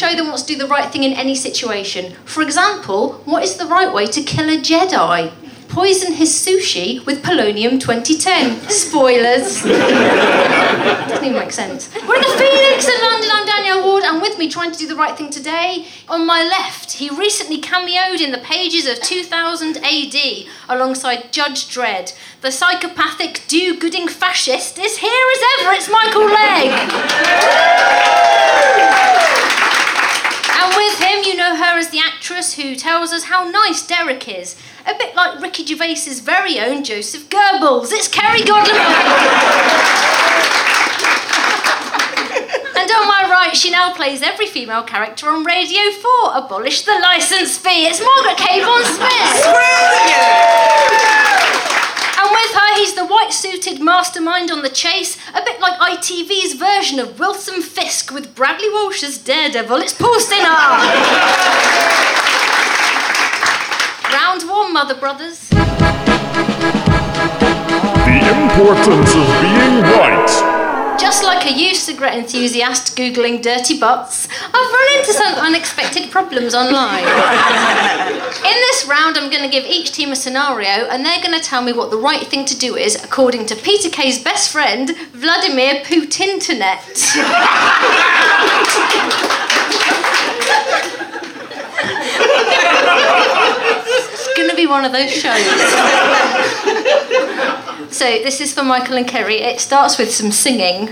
the right thing in any situation. For example, what is the right way to kill a Jedi? Poison his sushi with polonium 2010. Spoilers. Doesn't even make sense. We're in the Phoenix in London. I'm Danielle Ward, and with me trying to do the right thing today, on my left, he recently cameoed in the pages of 2000 AD alongside Judge Dredd. The psychopathic, do gooding fascist is here as ever. It's Michael Legg. And with him, you know her as the actress who tells us how nice Derek is. A bit like Ricky Gervais's very own Joseph Goebbels. It's Kerry Godley. And on my right, she now plays every female character on Radio 4. Abolish the licence fee. It's Margaret K. Von Smith. And with her, he's the white suited mastermind on the chase, a bit like ITV's version of Wilson Fisk with Bradley Walsh's Daredevil. It's Paul Sinner. Round one, Mother Brothers. The importance of being right. Just like a used cigarette enthusiast googling dirty butts, I've run into some unexpected problems online. In this round, I'm going to give each team a scenario, and they're going to tell me what the right thing to do is, according to Peter Kay's best friend, Vladimir Putinternet. it's going to be one of those shows. So this is for Michael and Kerry. It starts with some singing.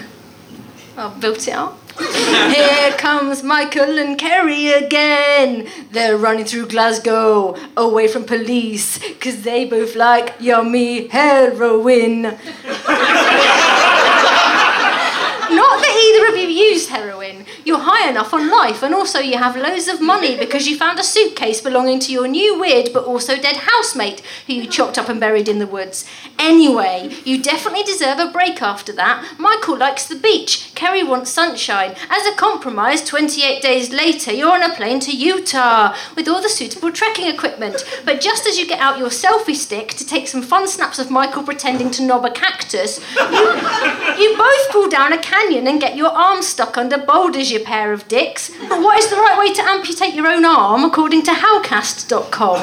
I've built it up. Here comes Michael and Kerry again. They're running through Glasgow, away from police, 'cause they both like yummy heroin. Not that either of you used heroin. You're high enough on life, and also you have loads of money because you found a suitcase belonging to your new weird but also dead housemate who you chopped up and buried in the woods. Anyway, you definitely deserve a break after that. Michael likes the beach, Kerry wants sunshine. As a compromise, 28 days later, you're on a plane to Utah with all the suitable trekking equipment. But just as you get out your selfie stick to take some fun snaps of Michael pretending to knob a cactus, you both pull down a canyon and get your arm stuck under boulders, you pair of dicks. But what is the right way to amputate your own arm according to Howcast.com?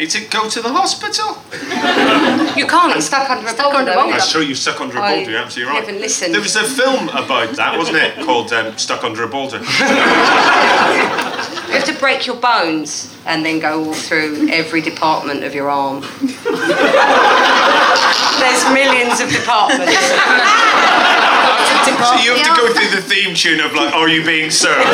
It's a go to the hospital. You can't. It's stuck under a Stuck boulder. under a boulder. That's true, you stuck under a I boulder, you're absolutely right. haven't listened. There was a film about that, wasn't it? Called um, Stuck Under a Boulder. You have to break your bones and then go all through every department of your arm. There's millions of departments. so you have to go through the theme tune of, like, Are You Being Served?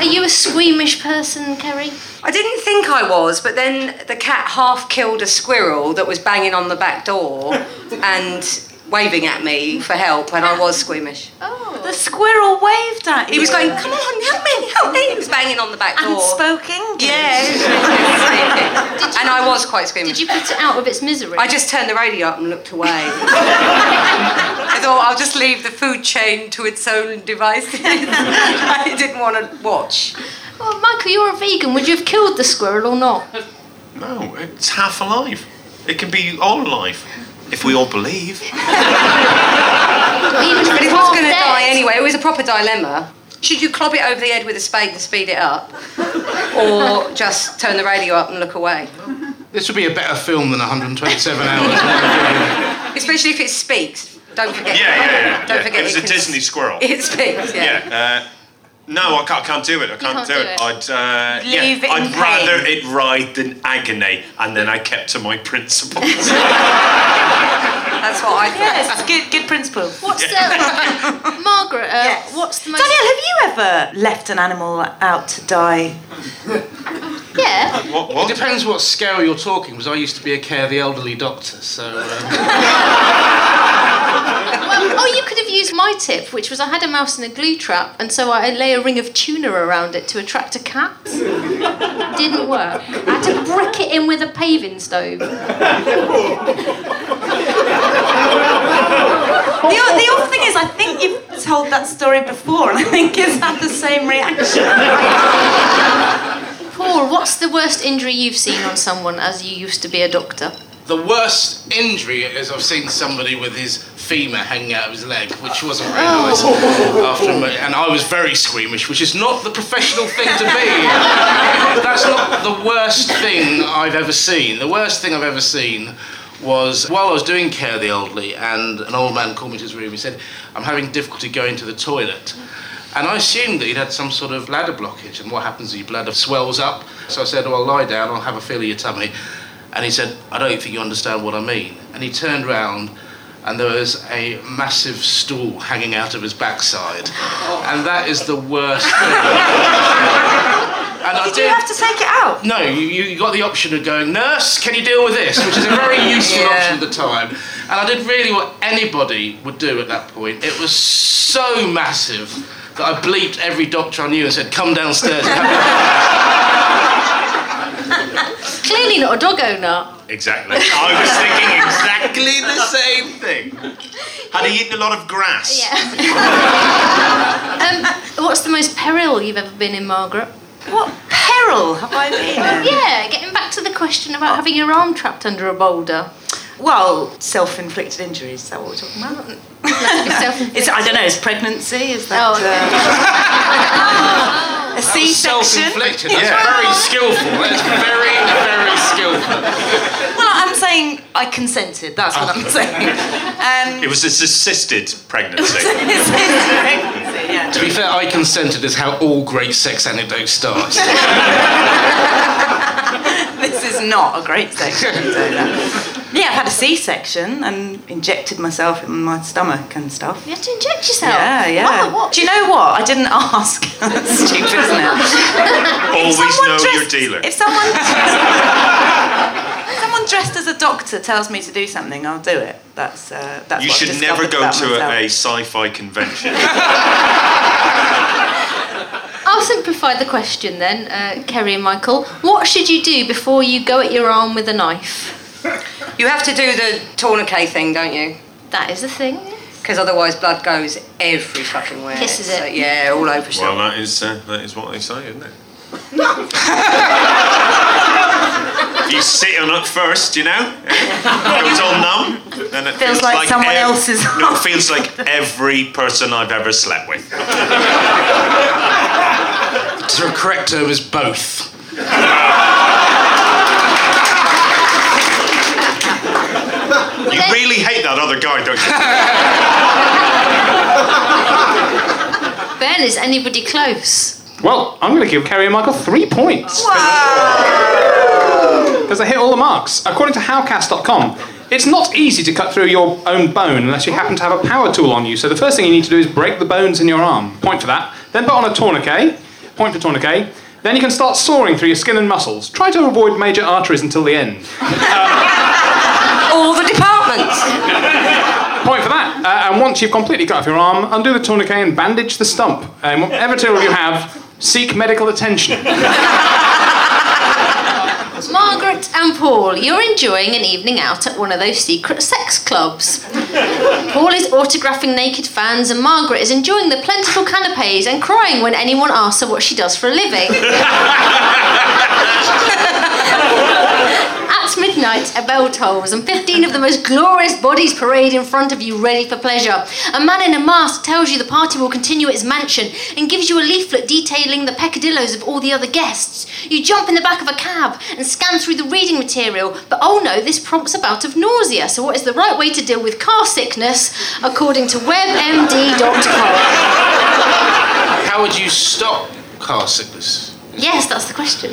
Are you a squeamish person, Kerry? I didn't think I was, but then the cat half killed a squirrel that was banging on the back door and waving at me for help, and I was squeamish. The squirrel waved at you. He was going, "Come on, help me, help me!" He was banging on the back and door. spoke English. Yeah. and I was quite squeamish. Did you put it out of its misery? I just turned the radio up and looked away. I thought I'll just leave the food chain to its own devices. I didn't want to watch. Well, Michael, you're a vegan. Would you have killed the squirrel or not? No, it's half alive. It can be all alive. If we all believe. Even But it was going to die anyway. It was a proper dilemma. Should you clob it over the head with a spade and speed it up, or just turn the radio up and look away? This would be a better film than 127 hours. Especially if it speaks. Don't forget. Yeah, yeah, yeah. Don't yeah. forget. it was a can- Disney squirrel. It speaks. Yeah. Yeah. Uh, no, I can't, can't do it. I can't, can't do, do it. it. I'd, uh, Leave yeah, it in I'd rather pain. it ride than agony, and then I kept to my principles. That's what I thought. Yes, good, good principle. What's the... Margaret, uh, Yes. what's the most... Danielle, have you ever left an animal out to die? Yeah. what? it What? depends what scale you're talking, because I used to be a care of the elderly doctor, so. Uh, Well, oh, you could have used my tip, which was I had a mouse in a glue trap, and so I lay a ring of tuna around it to attract a cat. Didn't work. I had to brick it in with a paving stove. The, the awful thing is, I think you've told that story before, and I think it's had the same reaction. Paul, what's the worst injury you've seen on someone as you used to be a doctor? the worst injury is I've seen somebody with his femur hanging out of his leg, which wasn't very nice. Oh. After a mo- and I was very squeamish, which is not the professional thing to be. That's not the worst thing I've ever seen. The worst thing I've ever seen was while I was doing care of the elderly, and an old man called me to his room. He said, "I'm having difficulty going to the toilet." And I assumed that he'd had some sort of bladder blockage, and what happens is your bladder swells up. So I said, Well, lie down, I'll have a feel of your tummy. And he said, I don't think you understand what I mean. And he turned round, and there was a massive stool hanging out of his backside. And that is the worst thing. and I Did you have to take it out? no, you, you you got the option of going, nurse, can you deal with this? Which is a very useful Yeah. option at the time. And I did really what anybody would do at that point. It was so massive that I bleeped every doctor I knew and said, come downstairs. and have it." Clearly not a dog owner. Exactly. I was thinking exactly the same thing. Had he eaten a lot of grass? Um, what's the most peril you've ever been in, Margaret? Oh, What peril have I been in? Yeah, getting back to the question about having your arm trapped under a boulder. Well, self-inflicted injuries. Is that what we're talking about? Is, I don't know. Is pregnancy? Is that Oh, uh, a C-section? Self-inflicted. That's very skillful. That's very, very skillful. Well, I'm saying I consented. That's what I'm saying. Um, It was this assisted pregnancy. it's pregnancy, yeah. To be fair, I consented is how all great sex anecdotes start. This is not a great section. So no. Yeah, I've had a C-section and injected myself in my stomach and stuff. You have to inject yourself. Yeah, yeah. Wow, what? Do you know what? I didn't ask. That's stupid, isn't it? Always Someone know your dressed- dealer. If someone, if someone dressed as a doctor tells me to do something, I'll do it. That's uh, that's. You what I've should never discovered go about to myself. a, a sci-fi convention. I'll simplify the question then, uh, Kerry and Michael. What should you do before you go at your arm with a knife? You have to do the tourniquet thing, don't you? That is a thing. Because otherwise, blood goes every fucking where. Kisses it. So, yeah, all over well, yourself. that is uh, that is what they say, isn't it? if you sit on it first, you know, it goes all numb. Then it Feels like someone else's No, it feels like every person I've ever slept with. So the correct term is both. You really hate that other guy, don't you? Ben, is anybody close? Well, I'm going to give Kerry and Michael three points. Because they hit all the marks. According to Howcast.com, it's not easy to cut through your own bone unless you happen to have a power tool on you. So the first thing you need to do is break the bones in your arm. Point for that. Then put on a tourniquet. Point for tourniquet. Then you can start sawing through your skin and muscles. Try to avoid major arteries until the end. All the departments. Point for that. Uh, and once you've completely cut off your arm, undo the tourniquet and bandage the stump. And whatever tool you have, seek medical attention. Margaret and Paul, you're enjoying an evening out at one of those secret sex clubs. Paul is autographing naked fans, and Margaret is enjoying the plentiful canapes and crying when anyone asks her what she does for a living. At midnight, a bell tolls, and 15 of the most glorious bodies parade in front of you, ready for pleasure. A man in a mask tells you the party will continue at his mansion and gives you a leaflet detailing the peccadilloes of all the other guests. You jump in the back of a cab and scan through the reading material, but oh no, this prompts a bout of nausea. So, what is the right way to deal with car sickness, according to webmd.com? How would you stop car sickness? yes, that's the question.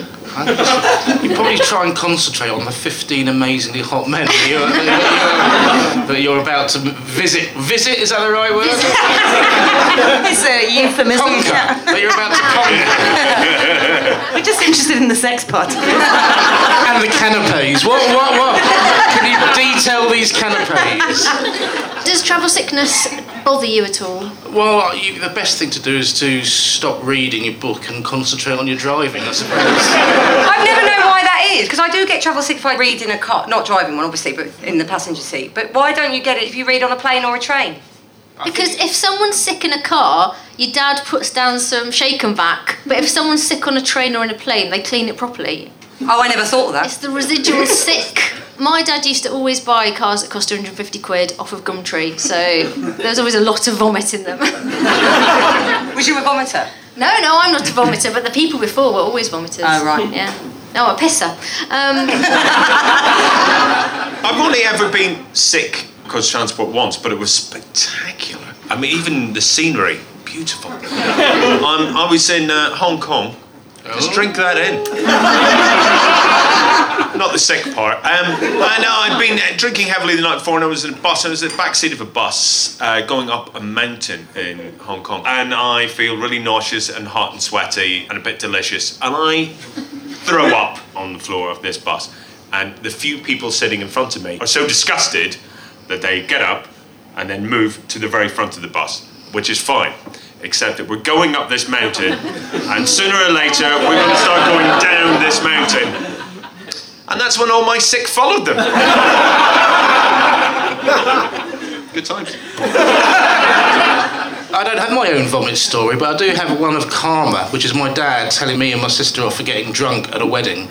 You probably try and concentrate on the 15 amazingly hot men that you're, that you're, that you're about to visit. Visit, is that the right word? It's a euphemism. Conquer. Yeah. That you're about to conquer. We're just interested in the sex part. And the canapes. What, what, what? Can you detail these canapes? Does travel sickness bother you at all? Well, you, the best thing to do is to stop reading your book and concentrate on your driving, I suppose. I've never known why that is. Because I do get travel sick if I read in a car, not driving one, obviously, but in the passenger seat. But why don't you get it if you read on a plane or a train? Because if someone's sick in a car, your dad puts down some shake and vac. But if someone's sick on a train or in a plane, they clean it properly. Oh, I Oh, never thought of that. It's the residual sick. my dad used to always buy cars that cost 250 quid off of Gumtree, so there's always a lot of vomit in them. Was you a vomiter? No, no, I'm not a vomiter, but the people before were always vomiters. Oh, right. Yeah. No, a pisser. Um, I've only ever been sick because transport once, but it was spectacular. I mean, even the scenery, beautiful. um, I was in uh, Hong Kong. Just drink that in. Not the sick part. Um, I know I'd been uh, drinking heavily the night before, and I was in a bus. I was in the back seat of a bus uh, going up a mountain in Hong Kong, and I feel really nauseous and hot and sweaty and a bit delicious, and I throw up on the floor of this bus. And the few people sitting in front of me are so disgusted that they get up and then move to the very front of the bus, which is fine. Except that we're going up this mountain, and sooner or later we're going to start going down this mountain. And that's when all my sick followed them. Good times. I don't have my own vomit story, but I do have one of karma, which is my dad telling me and my sister off for getting drunk at a wedding.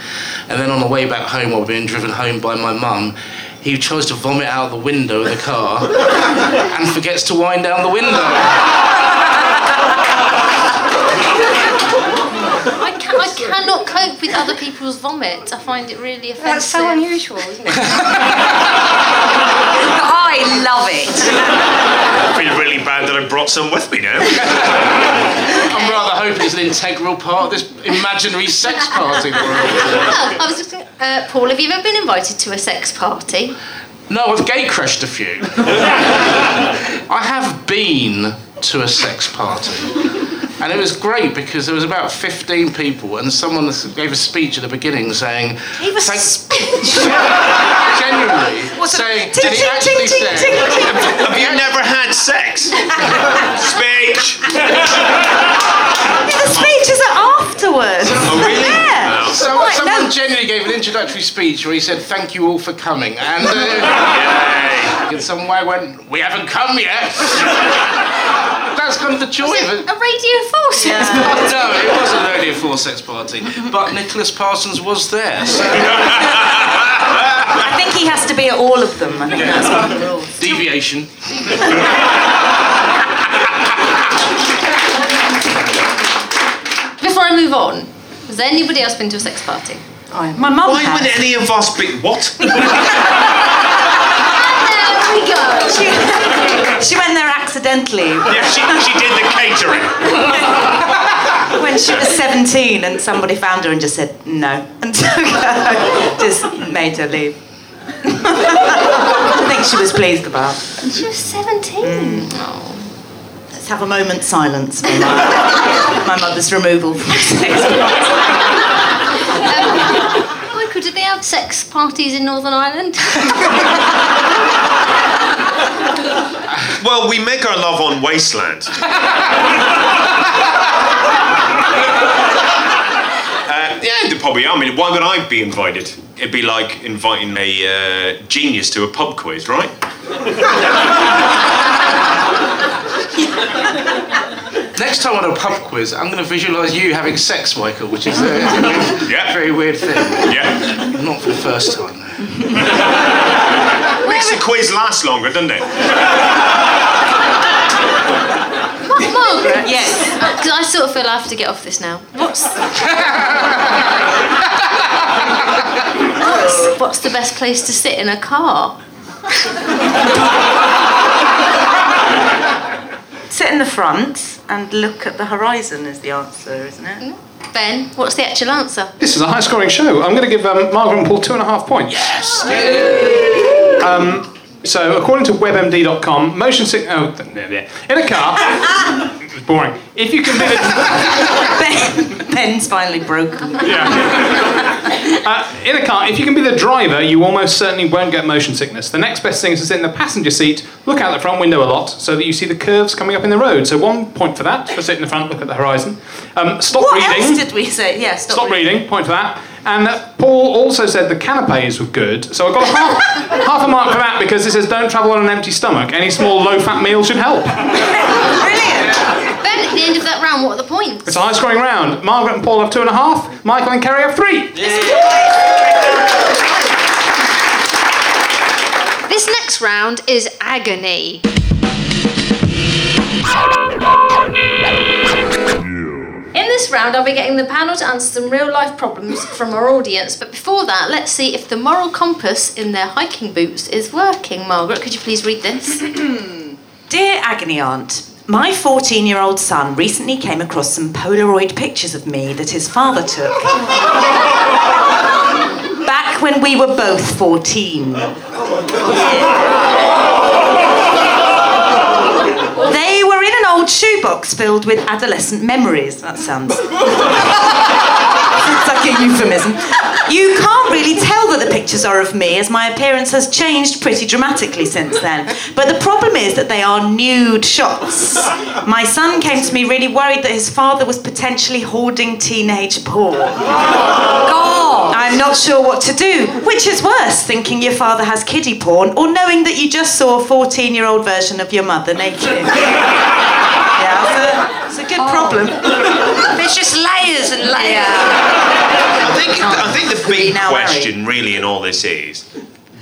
And then on the way back home, while being driven home by my mum, he tries to vomit out the window of the car and forgets to wind down the window. I, ca- I cannot cope with other people's vomit. I find it really offensive. That's so unusual, isn't it? But I love it. I feel really bad that I brought some with me now. I'm rather hoping it's an integral part of this imaginary sex party. we're all at. Ah, I was just gonna- uh, Paul, have you ever been invited to a sex party? No, I've gay crashed a few. I have been to a sex party. And it was great because there was about 15 people, and someone gave a speech at the beginning saying, He was Thank- speech. genuinely, saying, did he actually say? Have you never had sex? Speech! The speeches are afterwards. Oh, really? Yeah. Wow. So Right, someone no. genuinely gave an introductory speech where he said, "Thank you all for coming," and uh, in some way went, "We haven't come yet." That's kind of the joy of it. a radio force. no, it wasn't only a four sex party, but Nicholas Parsons was there. So I think he has to be at all of them. I think that's one of the rules. deviation. Before I move on, has anybody else been to a sex party? My mum Why would has. any of us be what? There we go. She, she went there accidentally Yeah, she, she did the catering. when she was 17 and somebody found her and just said no and took her, just made her leave. I Mm. think she was pleased about. She was 17. Oh. Let's have a moment's silence for my, my mother's removal from sex. Michael, did they have sex parties in Northern Ireland? Well, we make our love on Wasteland. Uh, yeah, they probably. are. I mean, why would I be invited? It'd be like inviting a uh, genius to a pub quiz, right? Next time on a pub quiz, I'm going to visualise you having sex, Michael, which is a Yeah. very weird thing. Yeah. Not for the first time. though. Makes the quiz last longer, doesn't it? Margaret? Yes. Because Oh, I sort of feel I have to get off this now. What's what's, what's the best place to sit in a car? Sit in the front and look at the horizon is the answer, isn't it? Mm-hmm. Ben, what's the actual answer? This is a high scoring show. I'm going to give um, Margaret and Paul two and a half points. Yes. Um, so, according to WebMD.com, motion sick. Oh, th- yeah, yeah. In a car. it was boring. If you can. Ben, Ben's finally broken. Uh, in a car, if you can be the driver, you almost certainly won't get motion sickness. The next best thing is to sit in the passenger seat, look out the front window a lot, so that you see the curves coming up in the road. So one point for that, for sitting in the front, look at the horizon. Um, stop What reading. else did we say? Yeah, stop, Stop reading, point for that. And uh, Paul also said the canapes were good, so I got a half, half a mark for that because this says don't travel on an empty stomach. Any small low fat meal should help. Brilliant. Ben, at the end of that round, what are the points? It's a high scoring round. Margaret and Paul have two and a half, Michael and Kerry have three. next round is agony. In this round, I'll be getting the panel to answer some real life problems from our audience. But before that, let's see if the moral compass in their hiking boots is working. Margaret, could you please read this? Dear Agony Aunt, my 14 year old son recently came across some Polaroid pictures of me that his father took back when we were both 14. They were in an old shoebox filled with adolescent memories. That sounds. it's like a euphemism. You can't really tell that the pictures are of me, as my appearance has changed pretty dramatically since then. But the problem is that they are nude shots. My son came to me really worried that his father was potentially hoarding teenage porn. God. I'm not sure what to do. Which is worse, thinking your father has kiddie porn or knowing that you just saw a 14 year old version of your mother naked? yeah, it's a, it's a good problem. Oh. There's just layers and layers. I think, I think the Queen big now, Harry. question, really, in all this is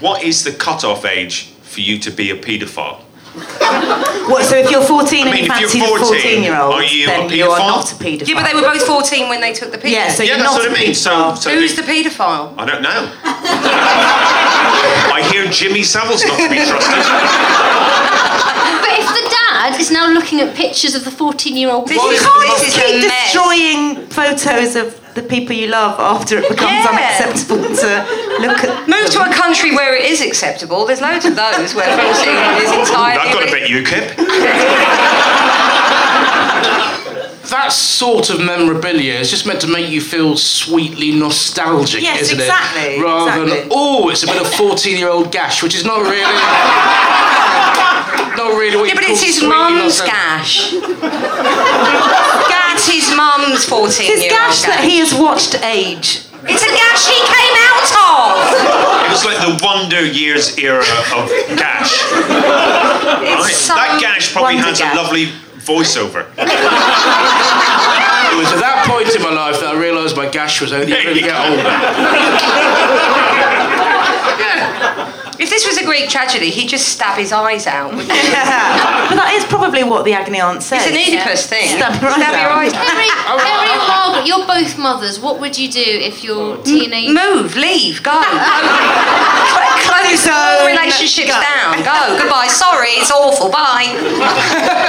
what is the cut off age for you to be a paedophile? What, so if you're 14 and mean, you if you're fancy the 14, 14 year old, are you a then you're paedophile? not a paedophile. Yeah, but they were both 14 when they took the picture. Yeah, so Yeah, you're that's not what I a mean. So, paedophile. so Who's the it- paedophile? I don't know. I hear Jimmy Savile's not to be trusted. But if the dad is now looking at pictures of the 14 year old This you is- can't this is keep a mess. destroying photos of the people you love after it becomes Yeah. unacceptable to look at. Move to a country where it is acceptable. There's loads of those where 14 is entirely. I've got to bet UKIP. That sort of memorabilia is just meant to make you feel sweetly nostalgic, Yes, isn't exactly, it? Rather than, exactly. oh, it's a bit of 14 year old gash, which is not really. not really what Yeah, you but call it's his sweetly mum's nostalgic. gash. gash. It's his mum's 14 It's year gash old that he has watched age. It's a gash he came out of. It was like the Wonder Years era of Gash. Right? It's some That Gash probably Wonder has Gash. a lovely voiceover. It was at that point in my life that I realised my gash was only going to get older. If this was a Greek tragedy, he'd just stab his eyes out. It's but that is probably what the agony aunt says. an Oedipus thing. Stab your eyes your out. eyes out. Henry, Henry and Margaret, you're both mothers. What would you do if your teenage Move, leave, go. Close Zone. relationships Go. down. Go. Oh, Goodbye. Sorry, it's awful. Bye.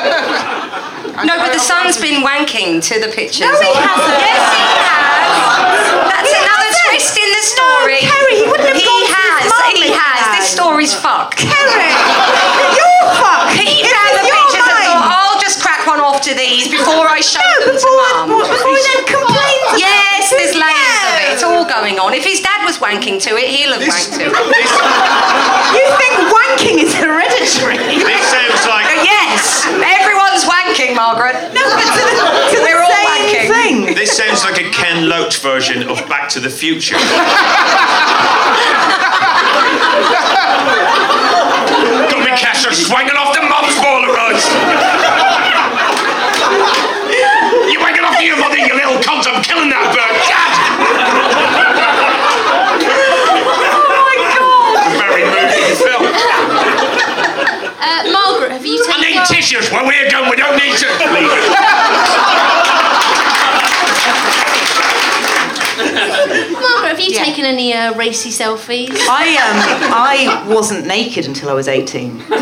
no, but the son's been wanking to the pictures. No, he hasn't. Yes, he has. That's another twist in the story. No, Kerry, he wouldn't have He gone to his has. mum he if he had. has. This story's fucked. Karen, you're fucked. He It's found the your pictures and mind. thought, I'll just crack one off to these before I show No, them before, to mum. before he then complains about Yes, it. there's layers of it. It's No. all going on. If his dad was wanking to it, he'll have wanked to it. You think wanking is hereditary? This sounds like Yes, everyone's wanking, Margaret. No, but to the, to They're the all same wanking. thing. this sounds like a Ken Loach version of Back to the Future. Got me casher swanking off the mum's Polaroids. you wanking off to your mother, you little cunt! I'm killing that bird. God. Very moving film. Uh, Margaret, have you I taken need your- tissues. Where we're going, we don't need to. Leave it. Margaret, have you taken any uh, racy selfies? I um, I wasn't naked until I was 18. But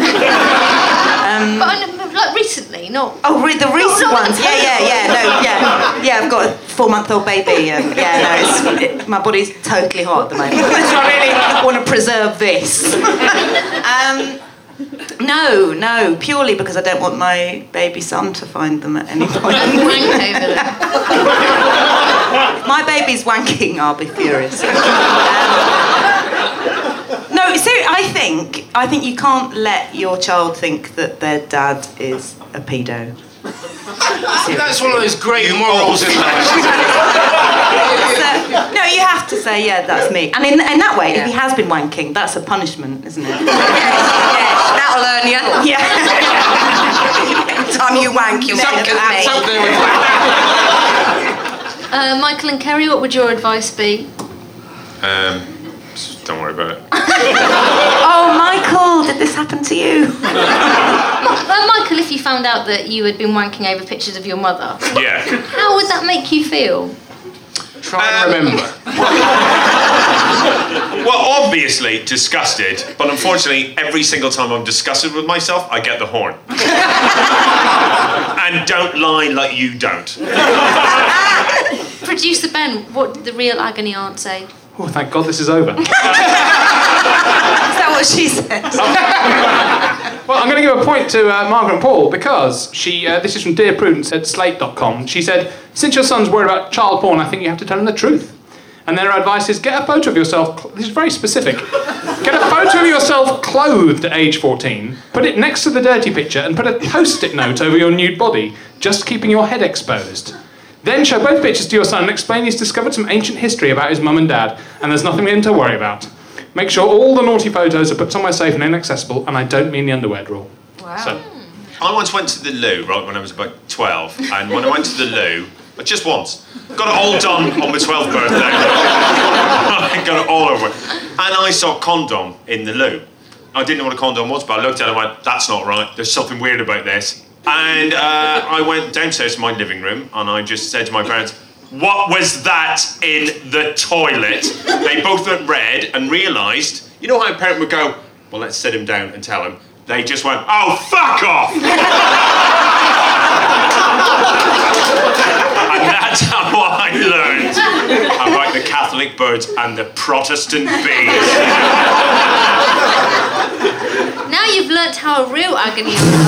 I know- like recently, not. um, Oh, re- the recent no, ones. Yeah, yeah, yeah. No, yeah, yeah. I've got a four-month-old baby, and yeah, no, it's, it, my body's totally hot at the moment. so I really want to preserve this. Um, no, no, purely because I don't want my baby son to find them at any point. Rank over them. If my baby's wanking, I'll be furious. Um, no, so I think I think you can't let your child think that their dad is a pedo. That's one of those great morals in life. So- no, you have to say, yeah, that's me. And in, in that way, if he has been wanking, that's a punishment, isn't it? Yes, that'll earn you. yeah. Time you wank, you'll Some wank can- at me. some- Something with that. Uh, Michael and Kerry, what would your advice be? Um, don't worry about it. Oh Michael, did this happen to you? Uh, Michael, if you found out that you had been wanking over pictures of your mother, Yeah. Um, how would that make you feel? Try and remember. Well, obviously disgusted, but unfortunately, every single time I'm disgusted with myself, I get the horn. and don't lie like you don't. Producer Ben, what did the real agony aunt say? Oh, thank God this is over. Is that what she said? Well, I'm going to give a point to uh, Margaret Paul because she, uh, this is from Dear Prudence at slate.com. She said, Since your son's worried about child porn, I think you have to tell him the truth. And then her advice is get a photo of yourself, cl- this is very specific, get a photo of yourself clothed at age 14, put it next to the dirty picture, and put a post it note over your nude body, just keeping your head exposed. Then show both pictures to your son and explain he's discovered some ancient history about his mum and dad, and there's nothing for him to worry about. Make sure all the naughty photos are put somewhere safe and inaccessible, and I don't mean the underwear drawer. Wow. So, I once went to the loo, right, when I was about 12, and when I went to the loo, but just once, got it all done on my 12th birthday. I got it all over. with. And I saw condom in the loo. I didn't know what a condom was, but I looked at it and went, that's not right, there's something weird about this. And uh, I went downstairs to my living room and I just said to my parents, what was that in the toilet? They both went red and realised, you know how a parent would go, well, let's sit him down and tell him. They just went, oh, fuck off! And that's how I learned about the Catholic birds and the Protestant bees. Now you've learnt how a real agony aunt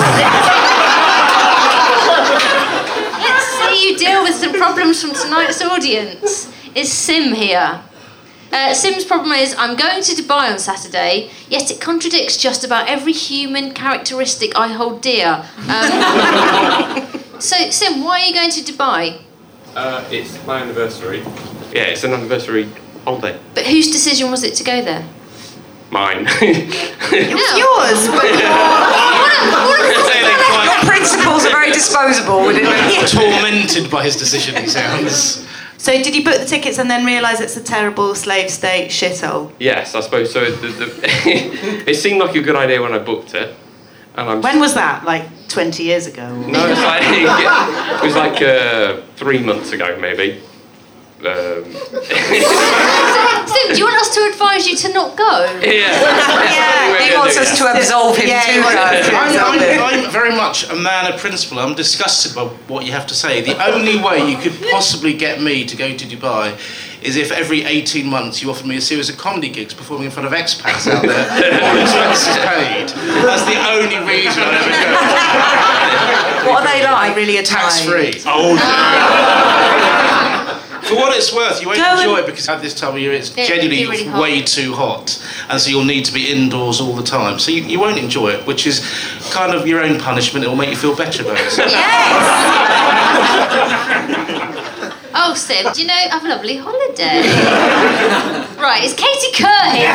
works. Let's see you deal with some problems from tonight's audience. Is Sim here? Uh, Sim's problem is I'm going to Dubai on Saturday, yet it contradicts just about every human characteristic I hold dear. Um, so, Sim, why are you going to Dubai? Uh, it's my anniversary. Yeah, it's an anniversary holiday. But whose decision was it to go there? Mine. No. Yours, but Your principles are very disposable. Within Tormented by his decision, he sounds. So did you book the tickets and then realise it's a terrible slave state shithole? yes, I suppose so. The, the it seemed like a good idea when I booked it, and I'm. When was that? Like 20 years ago? no, it's like, it was like uh, three months ago, maybe. Um, Sim, do you want us to advise you to not go? yeah. Yeah. he wants us to absolve him Yeah, too. he wants us to though. I'm, absolve him. I'm, I'm very much a man of principle. I'm disgusted by what you have to say. The only way you could possibly get me to go to Dubai is if every 18 months you offered me a series of comedy gigs performing in front of expats out there, all expenses paid. That's the only reason I'd ever go. What are they like? Really a Tax time. free. Oh, no. For what it's worth, you won't Go enjoy and- it because at this time of year it's Yeah, it'd be generally really hot. way too hot, and so you'll need to be indoors all the time. So you, you won't enjoy it, which is kind of your own punishment. It will make you feel better about it. Yes! Oh, Sim, do you know, have a lovely holiday. right, is Katie Kerr here?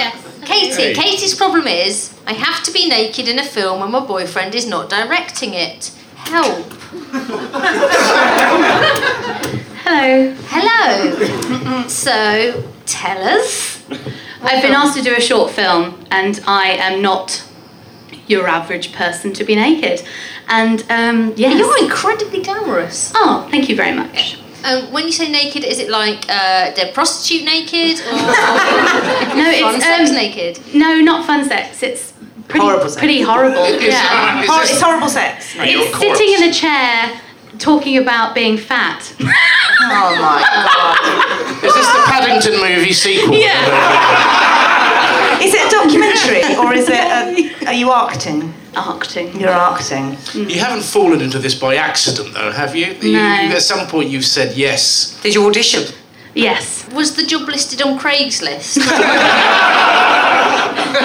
Yes. Katie, Katie's problem is I have to be naked in a film and my boyfriend is not directing it. Help. Hello. Hello. so, tell us. I've been asked to do a short film, and I am not your average person to be naked. And um, yes. You're incredibly glamorous. Oh, thank you very much. Um, when you say naked, is it like uh, they're prostitute naked or, or No, fun it's sex um, naked? No, not fun sex. It's pretty Horrible horrible. sex. Pretty horrible. yeah. Is Hor- this- it's horrible sex. Your It's corpse. sitting in a chair talking about being fat. Oh my. Is this the Paddington movie sequel? Is it a documentary or is it a, are you arcting? Arcting. You're arcting. You haven't fallen into this by accident, though, have you? you No. at some point, you've said yes. Did you audition? Yes. Was the job listed on Craigslist? No,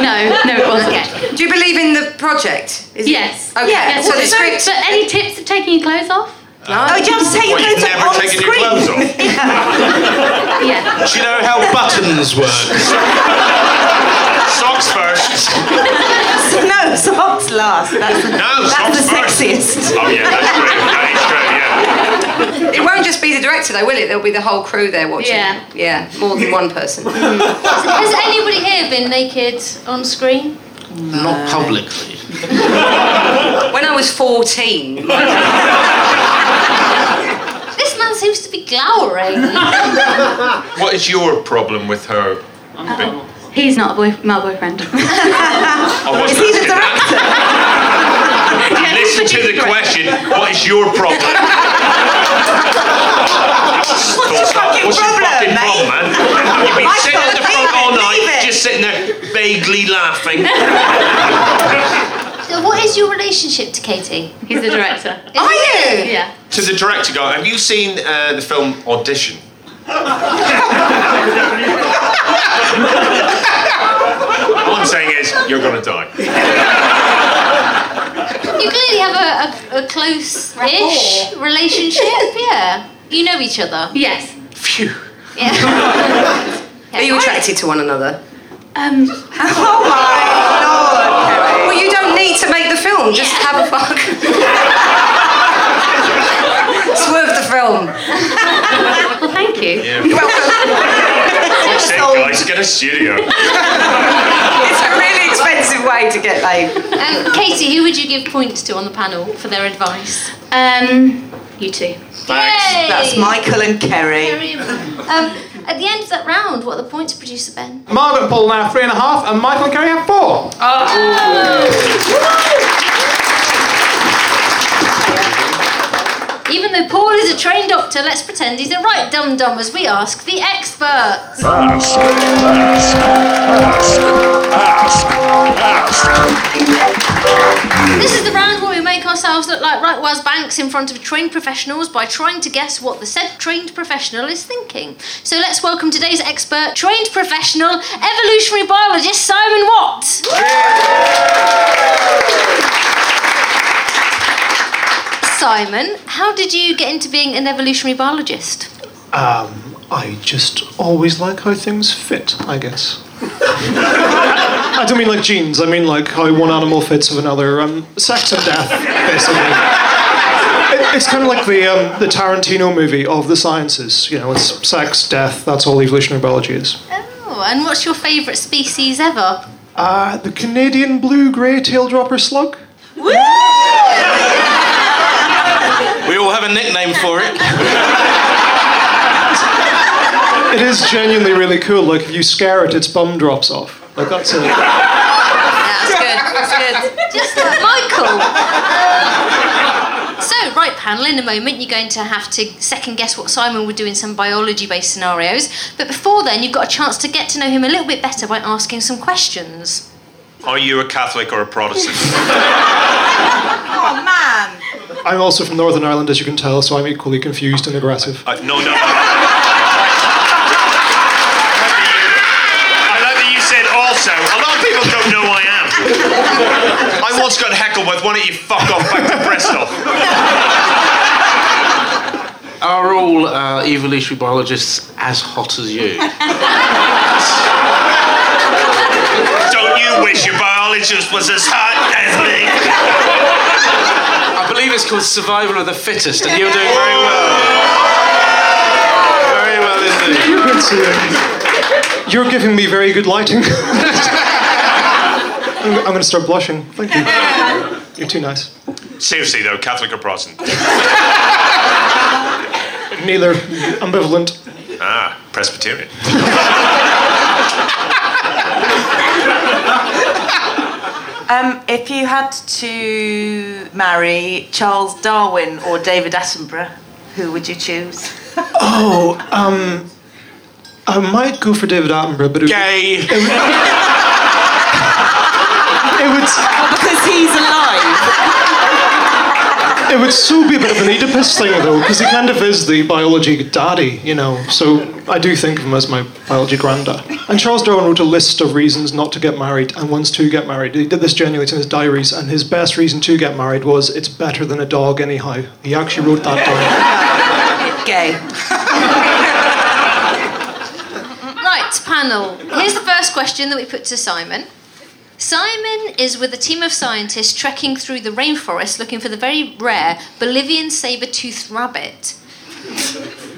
no, it wasn't. Do you believe in the project? Is it- Yes. Okay. Yes. So the So- script. But any tips of taking your clothes off? Oh, you have to take your Well, you've clothes never off on taken your screen. clothes off. Yeah. Do you know how buttons work? Socks first. No, socks last. That's, No, that's the socks first. sexiest. Oh, yeah, that's true. That is true, yeah. It won't just be the director though, will it? There'll be the whole crew there watching. Yeah. Yeah, more than one person. Has anybody here been naked on screen? Not publicly. When I was 14, This man seems to be glowering. What is your problem with her? He's not a boy- my boyfriend. I was Is he the director? Listen to the question. What is your problem? What's your fucking problem, fucking mate? problem, man? You've I been sitting at the can't front believe all it, night, believe it. just sitting there vaguely laughing. So what is your relationship to Katie? He's the director. Are you? Yeah. to the director guy, have you seen uh, the film Audition? All I'm saying is, you're gonna die. You clearly have a, a, a close-ish relationship. Yeah, you know each other. Yes. Phew. Yeah. are you attracted to one another? Um, Oh my lord. Well, you don't need to make the film. Just have a fuck. Swerve the film. well, thank you. That's it, guys. Get a studio. It's a really expensive way to get laid. Um, Katie, who would you give points to on the panel for their advice? Um, you two. Thanks. Yay! That's Michael and Kerry. Very- Um, at the end of that round, what are the points, producer Ben? Margaret and Paul now have three and a half, and Michael and Kerry have four. Oh. Even though Paul is a trained doctor, let's pretend he's a right dum dum as we ask the Ask, experts. ask, ask, ask, ask. This is the round where we make ourselves look like right was banks in front of trained professionals by trying to guess what the said trained professional is thinking. So let's welcome today's expert, trained professional, evolutionary biologist Simon Watt. Simon, how did you get into being an evolutionary biologist? Um, I just always like how things fit, I guess. I don't mean like genes, I mean like how one animal fits with another. Um, sex and death, basically. It, it's kind of like the, um, the Tarantino movie of the sciences. You know, it's sex, death, that's all evolutionary biology is. Oh, and what's your favourite species ever? Uh, the Canadian blue grey tail dropper slug? We all have a nickname for it. It is genuinely really cool. Like, if you scare it, its bum drops off. Like, that's it. That's good. That's good. Just like Michael. so, right, panel, in a moment you're going to have to second guess what Simon would do in some biology based scenarios. But before then, you've got a chance to get to know him a little bit better by asking some questions. Are you a Catholic or a Protestant? Oh man. I'm also from Northern Ireland, as you can tell, so I'm equally confused and aggressive. Uh, no, no. I like that you- I like that you said also. A lot of people don't know I am. I once got heckled with, why don't you fuck off back to Bristol? Are all uh, evolutionary biologists as hot as you? Don't you wish your biologist was as hot as me? I believe it's called survival of the fittest, and you're doing very well. Very well indeed. It's, uh, You're giving me very good lighting. I'm, I'm going to start blushing. Thank you. You're too nice. Seriously though, Catholic or Protestant? Neither ambivalent. Ah, Presbyterian. Um, if you had to marry Charles Darwin or David Attenborough, who would you choose? Oh, um, I might go for David Attenborough, but it, Gay. it would Because he's alive. it would so be a bit of an Oedipus thing though, because he kind of is the biology daddy, you know. So I do think of him as my biology granddad. And Charles Darwin wrote a list of reasons not to get married and ones to get married. He did this genuinely it's in his diaries, and his best reason to get married was it's better than a dog anyhow. He actually wrote that down. Gay. Right, panel. Here's the first question that we put to Simon. Simon is with a team of scientists trekking through the rainforest looking for the very rare Bolivian saber toothed rabbit.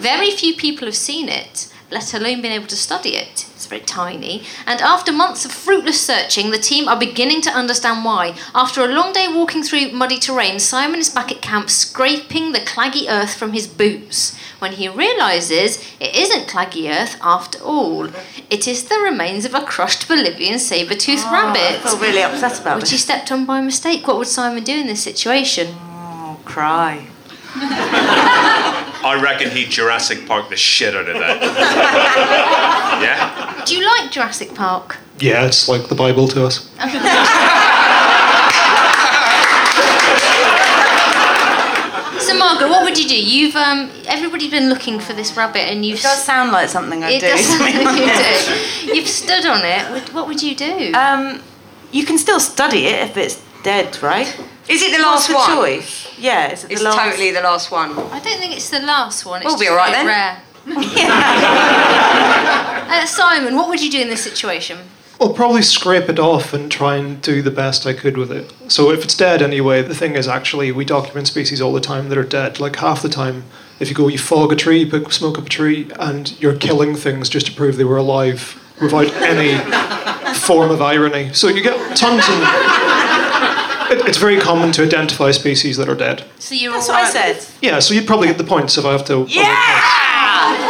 Very few people have seen it, let alone been able to study it. It's very tiny. And after months of fruitless searching, the team are beginning to understand why. After a long day walking through muddy terrain, Simon is back at camp scraping the claggy earth from his boots when he realises it isn't claggy earth after all. It is the remains of a crushed Bolivian saber-toothed Oh, I rabbit. feel really upset about Which this. he stepped on by mistake. What would Simon do in this situation? Oh, cry. I reckon he Jurassic Park the shit out of that. yeah? Do you like Jurassic Park? Yeah, it's like the Bible to us. So Margaret, what would you do? You've um, everybody's been looking for this rabbit, and you've. It does sound like something I it do, does to sound be like honest. you do. You've stood on it. Would- What would you do? Um, you can still study it if it's dead, right? Is it the What's last the one? Choice? Yeah, is it the It's last? totally the last one. I don't think it's the last one. It's We'll be just all right quite then. Rare. Uh, Simon, what would you do in this situation? I'll probably scrape it off and try and do the best I could with it. So if it's dead anyway, the thing is actually we document species all the time that are dead. Like half the time, if you go, you fog a tree, you pick smoke up a tree, and you're killing things just to prove they were alive without any form of irony. So you get tons of. It, it's very common to identify species that are dead. So you're That's what I said. Yeah, so you'd probably get the points if I have to. Ah,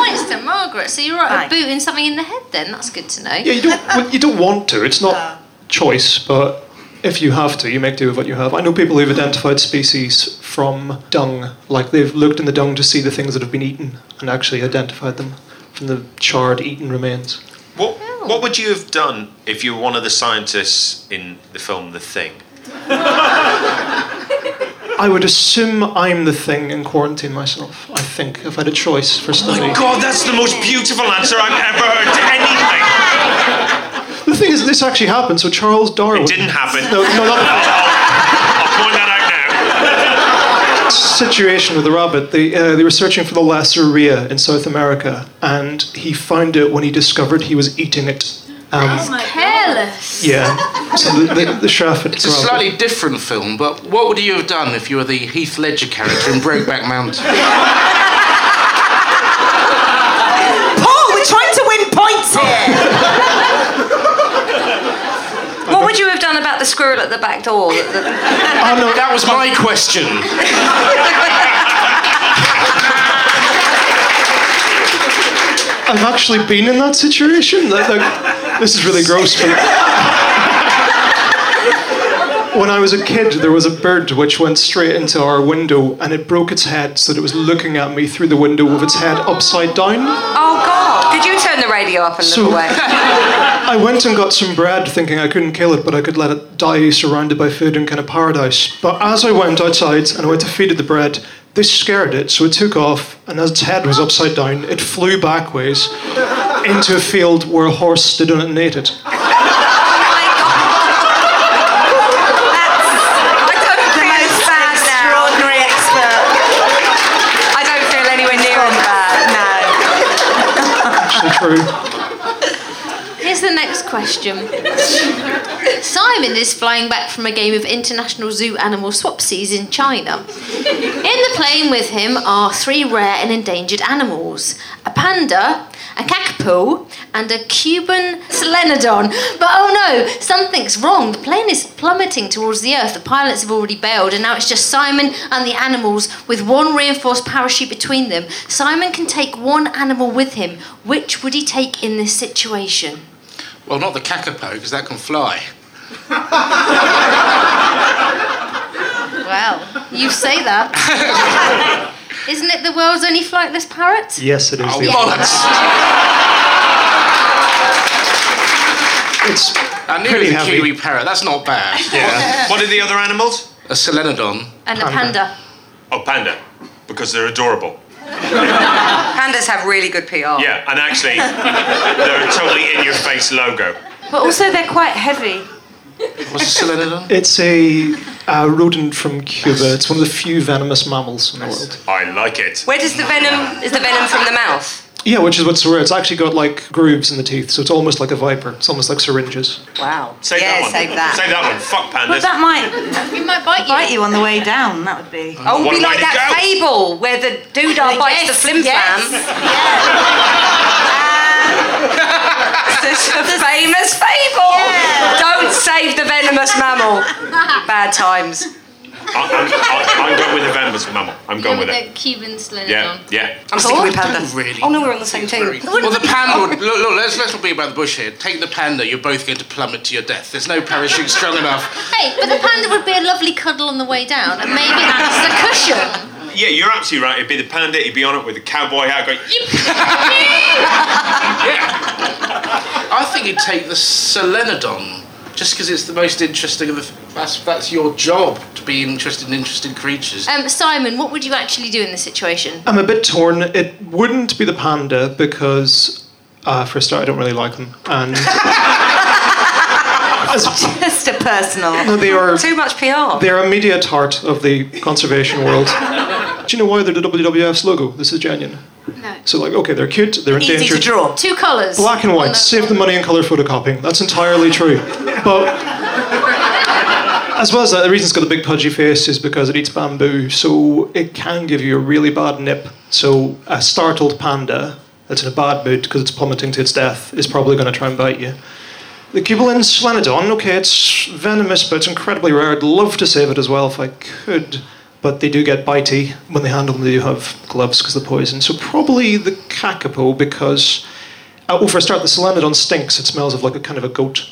Points to Margaret. So you're right. with Booting something in the head, then that's good to know. Yeah, you don't. well, You don't want to. It's not choice, but if you have to, you make do with what you have. I know people who've identified species from dung, like they've looked in the dung to see the things that have been eaten and actually identified them from the charred eaten remains. What, what would you have done if you were one of the scientists in the film The Thing? I would assume I'm the thing and quarantine myself. I think if I had a choice for Oh study. my god, that's the most beautiful answer I've ever heard to anything. The thing is, this actually happened. So Charles Darwin. It didn't happen. No, no, that. I'll point that out now. situation with the rabbit. They, uh, they were searching for the lesser rhea in South America, and he found it when he discovered he was eating it. Oh Um, Careless. yeah. So the, the, the chef had It's a grabbed slightly different film, but what would you have done if you were the Heath Ledger character in Brokeback Mountain? Paul, we're trying to win points here. what would you have done about the squirrel at the back door? that the- Oh, That was my question. I've actually been in that situation. Like, like, this is really gross. But when I was a kid, there was a bird which went straight into our window, and it broke its head so that it was looking at me through the window with its head upside down. Oh God! Did you turn the radio up and look So- away? I went and got some bread thinking I couldn't kill it, but I could let it die surrounded by food in kind of paradise. But as I went outside and I went to feed it the bread, this scared it, so it took off, and as its head was upside down, it flew backwards into a field where a horse stood on it and ate it. I don't feel as bad Extraordinary expert. I don't feel anywhere near as bad. Actually true. Here's the next question. Simon is flying back from a game of international zoo animal swapsies in China. In the plane with him are three rare and endangered animals a panda, a cockapoo, and a Cuban selenodon. But oh no, something's wrong. The plane is plummeting towards the earth. The pilots have already bailed, and now it's just Simon and the animals with one reinforced parachute between them. Simon can take one animal with him. Which would he take in this situation? Well, not the kakapo, because that can fly. Well, you say that. Isn't it the world's only flightless parrot? Yes, it is. Oh, the- It's I knew pretty it was a heavy. kiwi parrot. That's not bad. Yeah. What are the other animals? A selenodon. And a panda. Oh, panda. Because they're adorable. Pandas have really good PR. Yeah, and actually, they're a totally in your face logo. But also, they're quite heavy. What's a selenodon? It's a uh, rodent from Cuba. It's one of the few venomous mammals in the world. I like it. Where does the venom? Is the venom from the mouth? Yeah, which is what Saru. It's actually got like grooves in the teeth, so it's almost like a viper. It's almost like syringes. Wow. Save yeah, that one. save that. Save that one. Fuck But pandas. that might it might bite you. Bite you on the way down. That would be. Oh, What be a way like to that go. fable where the doodah bites the flim flam. the famous fable. Don't save the venomous mammal. Bad times. I, I'm, I, I'm going with the venomous mammal. I'm going with it. That Cuban sling Yeah, yeah. I'm sticking with panda. Really? Oh no, we're on the same team. Well, the panda. Would, look, look. Let's let's not be about the bush here. Take the panda. You're both going to plummet to your death. There's no parachute strong enough. Hey, but the panda would be a lovely cuddle on the way down, and maybe that's the cushion. Yeah, you're absolutely right. It'd be the panda. He'd be on it with a cowboy hat going, I think you'd take the Selenodon just because it's the most interesting of the. f- That's that's your job to be interested in interesting creatures. Um, Simon, what would you actually do in this situation? I'm a bit torn. It wouldn't be the panda because, uh, for a start, I don't really like them, and Just a personal. No, they are- too much PR. they're a media tart of the conservation world. Do you know why they're the WWF's logo? This is genuine. No. So like, okay, they're cute. They're Easy endangered. to draw. Two colours. Black and white. Save the money in colour photocopying. That's entirely true. But as well as that, the reason it's got a big pudgy face is because it eats bamboo, so it can give you a really bad nip. So a startled panda that's in a bad mood because it's plummeting to its death is probably going to try and bite you. The Cubulin Slenodon, okay, it's venomous, but it's incredibly rare. I'd love to save it as well if I could, but they do get bitey. When they handle them, they do have gloves because of the poison. So probably the Kakapo because, uh, well, for a start, the Solenodon stinks. It smells of like a kind of a goat.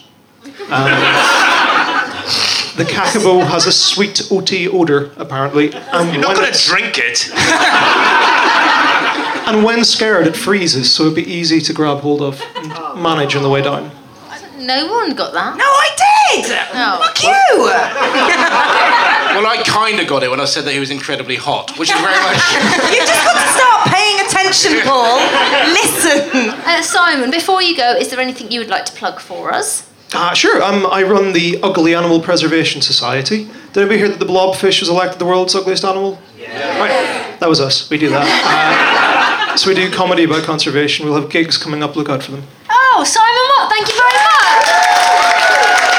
Um, the Kakapo has a sweet OT odour, apparently. And You're when not going to it's- drink it. and when scared, it freezes, so it'd be easy to grab hold of Oh. and manage on the way down. No one got that. No, I did. No. Fuck you. Well, I kind of got it when I said that he was incredibly hot, which is very much. You just got to start paying attention, Paul. Listen. Uh, Simon, before you go, is there anything you would like to plug for us? Uh, sure, um, I run the Ugly Animal Preservation Society. Did anybody hear that the blobfish was elected the world's ugliest animal? Yeah. Right, that was us. We do that. Uh, so we do comedy about conservation. We'll have gigs coming up. Look out for them. Oh, Simon Watt, thank you very much.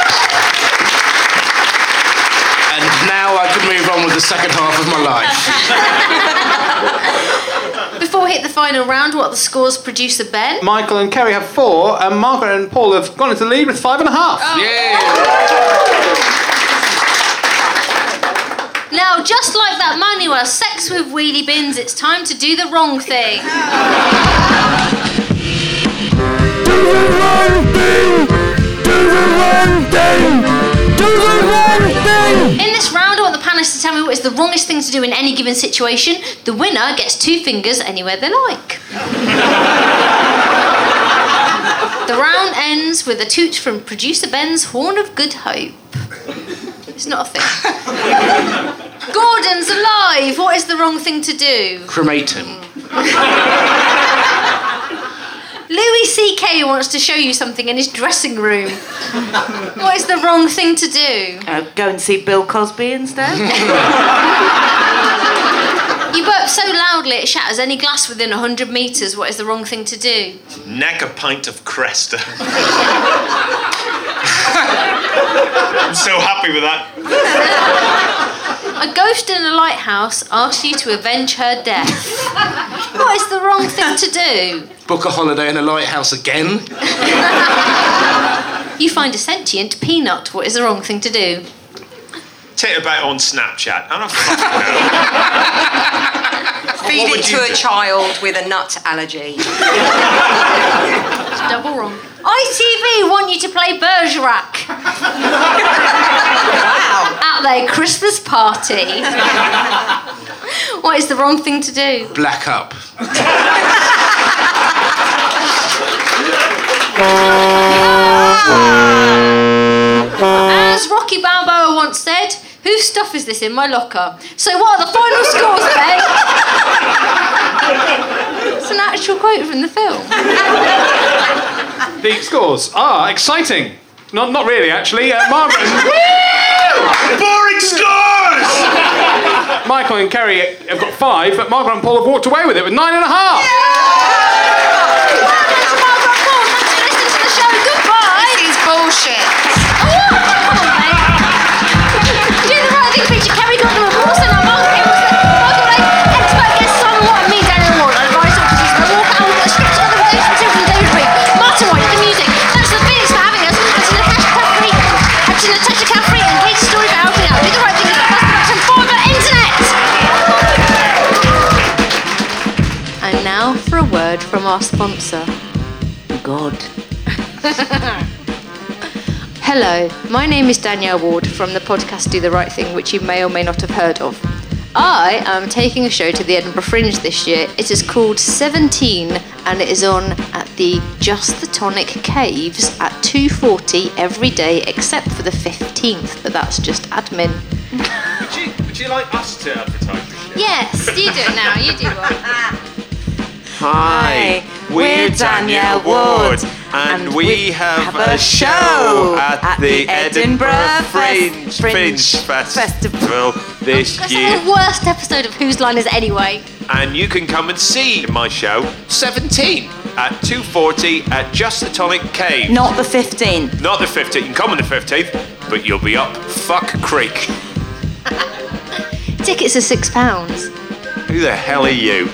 And now I can move on with the second half of my life. Before we hit the final round, what are the scores, producer Ben? Michael and Kerry have four, and Margaret and Paul have gone into the lead with five and a half. Yeah. Now, just like that man who has sex with wheelie bins, it's time to do the wrong thing. In this round, I want the panelists to tell me what is the wrongest thing to do in any given situation. The winner gets two fingers anywhere they like. the round ends with a toot from producer Ben's horn of good hope. It's not a thing. Gordon's alive! What is the wrong thing to do? Cremate him. Louis C.K. wants to show you something in his dressing room. what is the wrong thing to do? Uh, go and see Bill Cosby instead. You burp so loudly it shatters any glass within 100 metres. What is the wrong thing to do? Neck a pint of Cresta. I'm so happy with that. A ghost in a lighthouse asks you to avenge her death. what is the wrong thing to do? Book a holiday in a lighthouse again. You find a sentient peanut. What is the wrong thing to do? Tit about on Snapchat. I don't fucking know. Feed would it you to do? a child with a nut allergy. It's double wrong. ITV want you to play Bergerac. wow. at their Christmas party. what is the wrong thing to do? Black up. As Rocky Balboa once said, whose stuff is this in my locker? So what are the final scores, Ben? it's an actual quote from the film. The scores are exciting. Not, not really, actually. Uh, Margaret, Boring scores! Michael, and Kerry have got five, but Margaret and Paul have walked away with it with nine and a half. our sponsor. God. Hello, my name is Danielle Ward from the podcast Do the Right Thing, which you may or may not have heard of. I am taking a show to the Edinburgh Fringe this year. It is called 17 and it is on at the Just the Tonic Caves at 2:40 every day except for the 15th, but that's just admin. Would you, would you like us to advertise this shit? Yes, you do it now. You do one. Hi, we're Danielle Ward, and we have a show at the Edinburgh Fringe Fringe Festival this That's year. the worst episode of Whose Line Is It Anyway? and you can come and see my show 17 at 2.40 at Just the Tonic Cave. Not the 15th. Not the 15th, you can come on the 15th, but you'll be up Fuck Creek. Tickets are six pounds. Who the hell are you?